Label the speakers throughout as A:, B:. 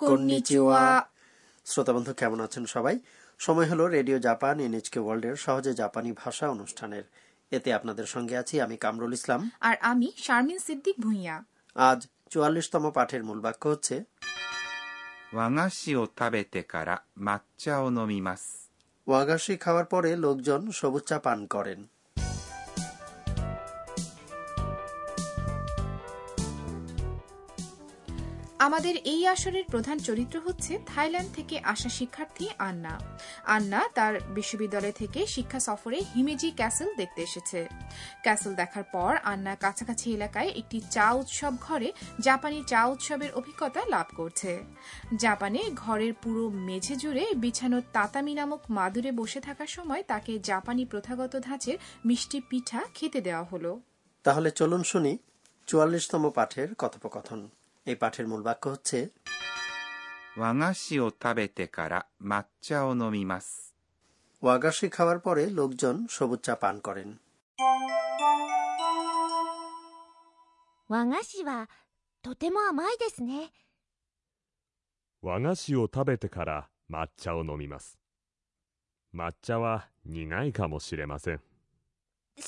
A: Konnichiwa.
B: শ্রোতা বন্ধু কেমন আছেন সবাই সময় হলো রেডিও জাপান এনএচকে ওয়ার্ল্ডের সহজে জাপানি ভাষা অনুষ্ঠানের এতে আপনাদের সঙ্গে আছি আমি কামরুল ইসলাম
A: আর আমি শারমিন সিদ্দিক ভুঁইয়া
B: আজ চুয়াল্লিশতম পাঠের মূল বাক্য হচ্ছে
C: 和菓子を食べてから抹茶を飲みます。
B: ওয়াগাশি খাওয়ার পরে লোকজন সবুজ চা পান করেন
A: আমাদের এই আসরের প্রধান চরিত্র হচ্ছে থাইল্যান্ড থেকে আসা শিক্ষার্থী আন্না আন্না তার বিশ্ববিদ্যালয় থেকে শিক্ষা সফরে হিমেজি ক্যাসেল দেখতে এসেছে ক্যাসেল দেখার পর আন্না কাছাকাছি এলাকায় একটি চা উৎসব ঘরে জাপানি চা উৎসবের অভিজ্ঞতা লাভ করছে জাপানে ঘরের পুরো মেঝে জুড়ে বিছানো তাতামি নামক মাদুরে বসে থাকার সময় তাকে জাপানি প্রথাগত ধাঁচের মিষ্টি পিঠা খেতে দেওয়া হলো
B: তাহলে চলুন শুনি চুয়াল্লিশতম পাঠের কথোপকথন এই পাঠের মূল বাক্য হচ্ছে
C: 和菓子を食べてから抹茶を飲みます。
B: ওয়াগাশি খাওয়ার পরে লোকজন সবুজ চা পান করেন
D: 和菓子はとても甘いですね
E: 和菓子を食べてから抹茶を飲みます抹茶は苦いかもしれません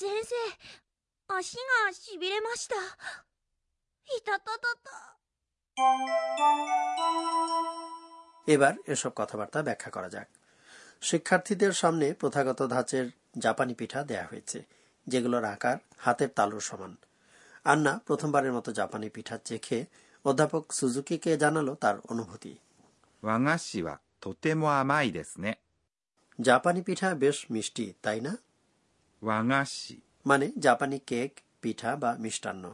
D: 先生足がしびれましたいたたたた
B: এবার এসব কথাবার্তা ব্যাখ্যা করা যাক শিক্ষার্থীদের সামনে প্রথাগত ধাঁচের জাপানি পিঠা দেয়া হয়েছে যেগুলোর আকার হাতের তালুর সমান আন্না প্রথমবারের মতো জাপানি পিঠা চেখে অধ্যাপক সুজুকিকে জানালো তার অনুভূতি
C: 和菓子はとても甘いですね。
B: জাপানি পিঠা বেশ মিষ্টি তাই না
C: 和菓子
B: মানে জাপানি কেক পিঠা বা মিষ্টান্ন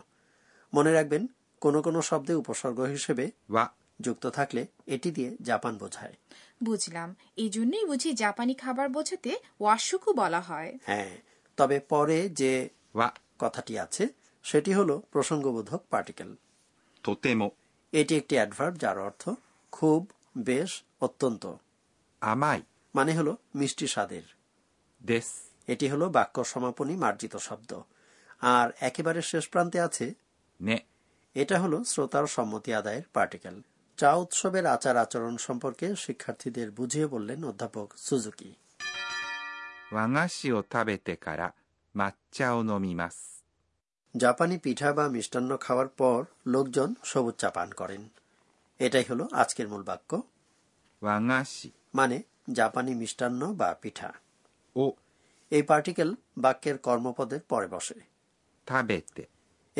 B: মনে রাখবেন কোনো কোনো শব্দে উপসর্গ হিসেবে
C: は
B: যুক্ত থাকলে এটি দিয়ে জাপান বোঝায়
A: বুঝলাম এই জন্যই বুঝি জাপানি খাবার বোঝাতে ওয়াশুকু বলা হয়
B: হ্যাঁ তবে পরে যে
C: は
B: কথাটি আছে সেটি হলো প্রসঙ্গবোধক পার্টিকেল
C: とても
B: এটি একটি অ্যাডভার্ব যার অর্থ খুব বেশ অত্যন্ত
C: 甘い
B: মানে হলো মিষ্টি স্বাদের
C: です。
B: এটি হলো বাক্য সমাপনী মার্জিত শব্দ আর একেবারে শেষ প্রান্তে আছে
C: ね。
B: এটা হলো শ্রোতার সম্মতি আদায়ের পার্টিকেল চা উৎসবের আচার আচরণ সম্পর্কে শিক্ষার্থীদের বুঝিয়ে বললেন অধ্যাপক সুজুকি
C: 和菓子を食べてから抹茶を飲みます。
B: জাপানি পিঠা বা মিষ্টান্ন খাওয়ার পর লোকজন সবুজ চা পান করেন এটাই হলো আজকের মূল বাক্য
C: 和菓子
B: মানে জাপানি মিষ্টান্ন বা পিঠা
C: を
B: এই পার্টিকেল বাক্যের কর্মপদের পরে বসে
C: 食べて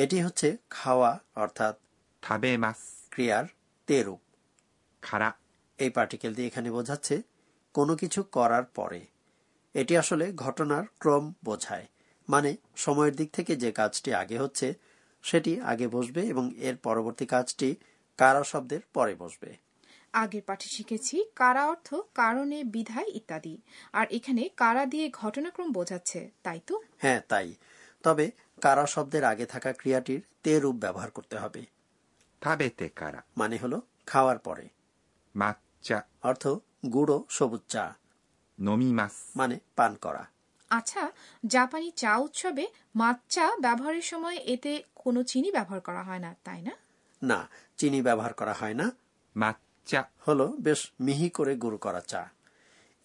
B: এটি হচ্ছে খাওয়া অর্থাৎ
C: 食べます。
B: ক্রিয়ার তেরূপ
C: から、
B: এই পার্টিকেল দিয়ে এখানে বোঝাচ্ছে কোনো কিছু করার পরে এটি আসলে ঘটনার ক্রম বোঝায় মানে সময়ের দিক থেকে যে কাজটি আগে হচ্ছে সেটি আগে বসবে এবং এর পরবর্তী কাজটি কারা শব্দের পরে বসবে
A: আগের পাঠে শিখেছি কারা অর্থ কারণে বিধায় ইত্যাদি আর এখানে কারা দিয়ে ঘটনাক্রম বোঝাচ্ছে তাই তো
B: হ্যাঁ তাই তবে কারা শব্দের আগে থাকা ক্রিয়াটির তে রূপ ব্যবহার করতে হবে
C: 食べてから
B: মানে হলো খাওয়ার পরে
C: 抹茶
B: অর্থ গুঁড়ো সবুজ চা
C: 飲みます。
B: মানে পান করা
A: আচ্ছা জাপানি চা উৎসবে মাচ্চা ব্যবহারের সময় এতে কোনো চিনি ব্যবহার করা হয় না তাই না
B: না চিনি ব্যবহার করা হয় না
C: 抹茶
B: হলো বেশ মিহি করে গুঁড়ো করা চা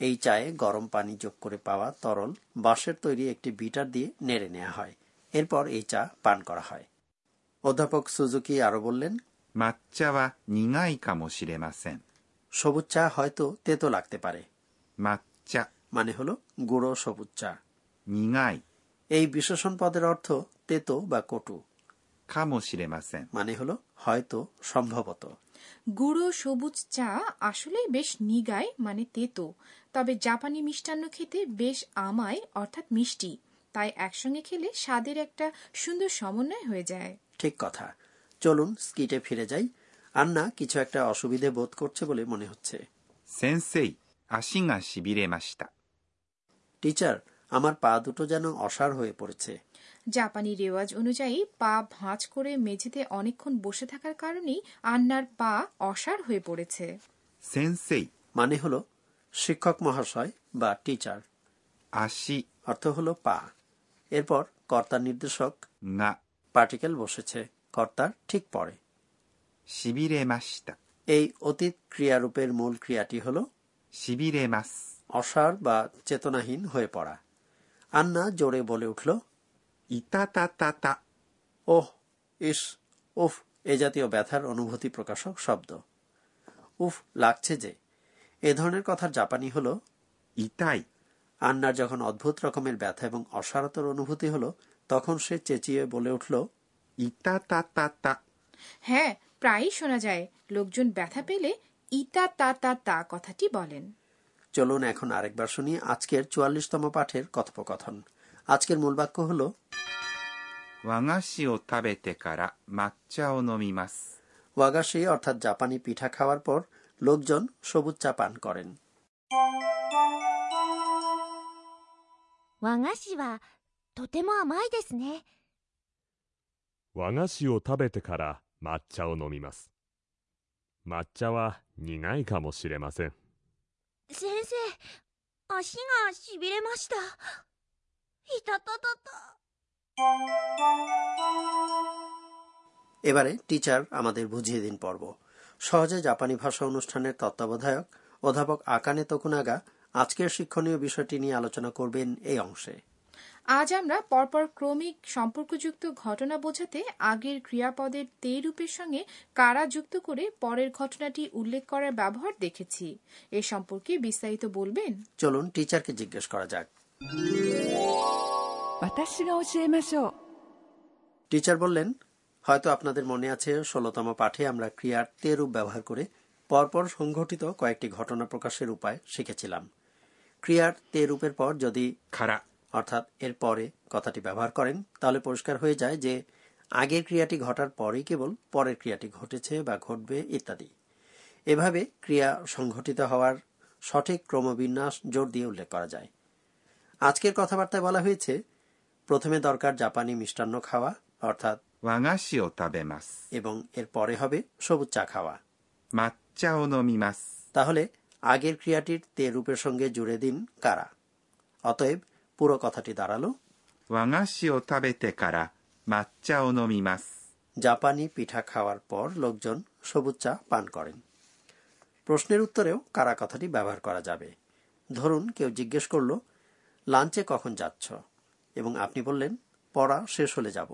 B: এই চায়ে গরম পানি যোগ করে পাওয়া তরল বাঁশের তৈরি একটি বিটার দিয়ে নেড়ে নেওয়া হয় এরপর এই চা পান করা হয় অধ্যাপক সুজুকি আরো বললেন
C: 抹茶は苦いかもしれません。
B: সবুজ চা হয়তো তেতো লাগতে পারে
C: 抹茶、
B: মানে হলো গুঁড়ো সবুজ চা
C: 苦い、
B: এই বিশেষণ পদের অর্থ তেতো বা কটু
C: かもしれません。
B: মানে হলো হয়তো সম্ভবত
A: গুঁড়ো সবুজ চা আসলেই বেশ নিগায় মানে তেতো তবে জাপানি মিষ্টান্ন খেতে বেশ আমায় অর্থাৎ মিষ্টি তাই একসঙ্গে খেলে স্বাদের একটা সুন্দর সমন্বয় হয়ে যায়
B: ঠিক কথা চলুন স্কিটে ফিরে যাই আন্না কিছু একটা অসুবিধে বোধ করছে বলে মনে হচ্ছে
C: 先生、足がしびれました。
B: টিচার আমার পা দুটো যেন অসাড় হয়ে পড়েছে
A: জাপানি রেওয়াজ অনুযায়ী পা ভাঁজ করে মেঝেতে অনেকক্ষণ বসে থাকার কারণেই আন্নার পা অসাড় হয়ে পড়েছে
C: 先生、
B: মানে হলো শিক্ষক মহাশয় বা টিচার
C: 足
B: অর্থ হলো পা এরপর কর্তার নির্দেশক
C: が
B: পার্টিকেল বসেছে কর্তার ঠিক পরে
C: しびれました。
B: এই অতীত ক্রিয়ারূপের মূল ক্রিয়াটি হল
C: しびれます。
B: অসার বা চেতনাহীন হয়ে পড়া আন্না জোরে বলে উঠল
C: いたたたた。
B: ওহ ইস উফ এ জাতীয় ব্যথার অনুভূতি প্রকাশক শব্দ উফ লাগছে যে এ ধরনের কথার জাপানি হলো
C: 痛い。
B: আন্নার যখন অদ্ভুত রকমের ব্যথা এবং অসারতর অনুভূতি হলো তখন সে চেঁচিয়ে বলে উঠল
C: いたたたた。
A: হ্যাঁ প্রায়ই শোনা যায় লোকজন ব্যথা পেলে ইতা তা তা তা কথাটি বলেন
B: চলুন এখন আরেকবার শুনি আজকের চুয়াল্লিশতম পাঠের কথোপকথন আজকের মূল বাক্য হলো
C: 和菓子を食べてから抹茶を飲みます。
B: ওয়াগাশি অর্থাৎ জাপানি পিঠা খাওয়ার পর লোকজন সবুজ চা পান করেন
D: 和菓子はとても甘いですね
E: 和菓子を食べてから抹茶を飲みます抹茶は苦いかもしれません
D: 先生足がしびれましたいたたたた
B: এবারে টিচার আমাদের বুঝিয়ে দিন পর্ব সহজে জাপানি ভাষা অনুষ্ঠানের তত্ত্বাবধায়ক অধ্যাপক আকানে তকুনাগা আজকের শিক্ষণীয় বিষয়টি নিয়ে আলোচনা করবেন এই অংশে
A: আজ আমরা পরপর ক্রমিক সম্পর্কযুক্ত ঘটনা বোঝাতে আগের ক্রিয়াপদের তে রূপের সঙ্গে কারা যুক্ত করে পরের ঘটনাটি উল্লেখ করার ব্যবহার দেখেছি এ সম্পর্কে বিস্তারিত বলবেন
B: চলুন টিচারকে জিজ্ঞেস করা যাক
F: 私が教えましょう
B: টিচার বললেন হয়তো আপনাদের মনে আছে ষোলতম পাঠে আমরা ক্রিয়ার তে রূপ ব্যবহার করে পরপর সংঘটিত কয়েকটি ঘটনা প্রকাশের উপায় শিখেছিলাম ক্রিয়ার তে রূপের পর যদি
C: から。
B: অর্থাৎ এর পরে কথাটি ব্যবহার করেন তাহলে পরিষ্কার হয়ে যায় যে আগের ক্রিয়াটি ঘটার পরেই কেবল পরের ক্রিয়াটি ঘটেছে বা ঘটবে ইত্যাদি এভাবে ক্রিয়া সংঘটিত হওয়ার সঠিক ক্রমবিন্যাস জোর দিয়ে উল্লেখ করা যায় আজকের কথাবার্তায় বলা হয়েছে প্রথমে দরকার জাপানি মিষ্টান্ন খাওয়া অর্থাৎ
C: 和菓子を食べます。
B: এবং এর পরে হবে সবুজ চা খাওয়া
C: 抹茶を飲みます。
B: তাহলে আগের ক্রিয়াটির তে রূপের সঙ্গে জুড়ে দিন কারা অতএব পুরো কথাটি দাঁড়ালো
C: 和菓子を食べてから抹茶を飲みます。
B: জাপানি পিঠা খাওয়ার পর লোকজন সবুজ চা পান করেন প্রশ্নের উত্তরেও কারা কথাটি ব্যবহার করা যাবে ধরুন কেউ জিজ্ঞেস করলো লাঞ্চে কখন যাচ্ছ এবং আপনি বললেন পড়া শেষ হলে যাব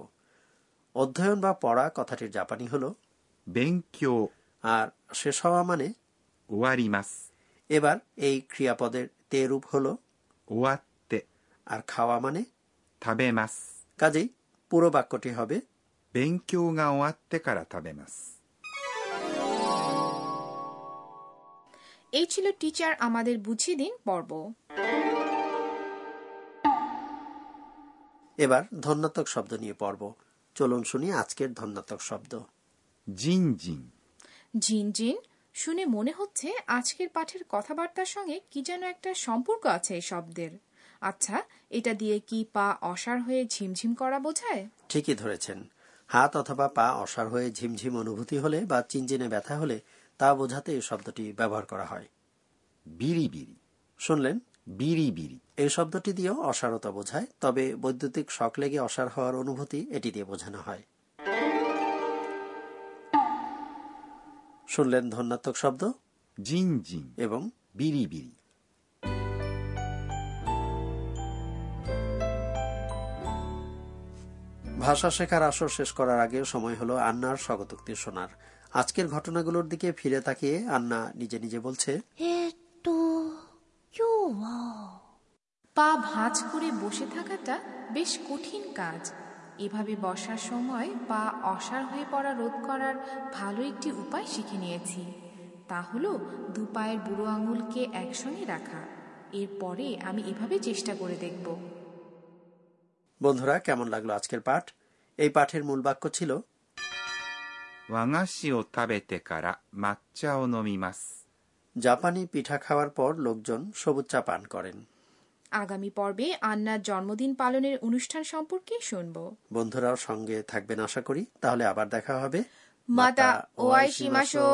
B: অধ্যয়ন বা পড়া কথাটির জাপানি হলো
C: 勉強
B: আর শেষ হওয়া মানে
C: 終わります。
B: এবার এই ক্রিয়াপদের তে রূপ হলো
C: 終わって、
B: আর খাওয়া মানে
C: 食べます。
B: কাজেই পুরো বাক্যটি হবে
C: 勉強が終わってから食べます。
A: এই ছিল টিচার আমাদের বুঝিয়ে দিন পর্ব
B: এবার ধন্যাত্মক শব্দ নিয়ে পড়ব চলুন শুনি আজকের ধন্যাত্মক শব্দ
C: じんじん、
A: ঝিনঝিন শুনে মনে হচ্ছে আজকের পাঠের কথাবার্তার সঙ্গে কি যেন একটা সম্পর্ক আছে এই শব্দের আচ্ছা এটা দিয়ে কি পা অসার হয়ে ঝিমঝিম করা বোঝায়
B: ঠিকই ধরেছেন হাত অথবা পা অসার হয়ে ঝিমঝিম অনুভূতি হলে বা চিনচিনে ব্যথা হলে তা বোঝাতে এই শব্দটি ব্যবহার করা হয়
C: ビリビリ、
B: শুনলেন
C: ビリビリ、
B: এই শব্দটি দিয়েও অসারতা বোঝায় তবে বৈদ্যুতিক শক লেগে অসার হওয়ার অনুভূতি এটি দিয়ে বোঝানো হয় শুনলেন ধন্যাত্মক শব্দ
C: じんじん、
B: এবং
C: ビリビリ。
B: ভাষা শেখার আসর শেষ করার আগে সময় হলো আন্নার স্বগতোক্তি শোনার আজকের ঘটনাগুলোর দিকে ফিরে তাকিয়ে আন্না নিজে নিজে বলছে
D: えー、っと今日は
A: পা ভাঁজ করে বসে থাকাটা বেশ কঠিন কাজ এভাবে বসার সময় পা অসার হয়ে পড়া রোধ করার ভালো একটি উপায় শিখে নিয়েছি তা হলো দু পায়ের বুড়ো আঙুলকে একসঙ্গে রাখা এরপরে আমি এভাবে চেষ্টা করে দেখব
B: বন্ধুরা কেমন লাগলো আজকের পাঠ এই পাঠের মূল বাক্য ছিল
C: 和菓子を食べてから抹茶を飲みます。
B: জাপানি পিঠা খাওয়ার পর লোকজন সবুজ চা পান করেন
A: আগামী পর্বে আন্নার জন্মদিন পালনের অনুষ্ঠান সম্পর্কে শুনব
B: বন্ধুরাও সঙ্গে থাকবেন আশা করি তাহলে আবার দেখা হবে
A: মাতা ওয়াই সীমাশো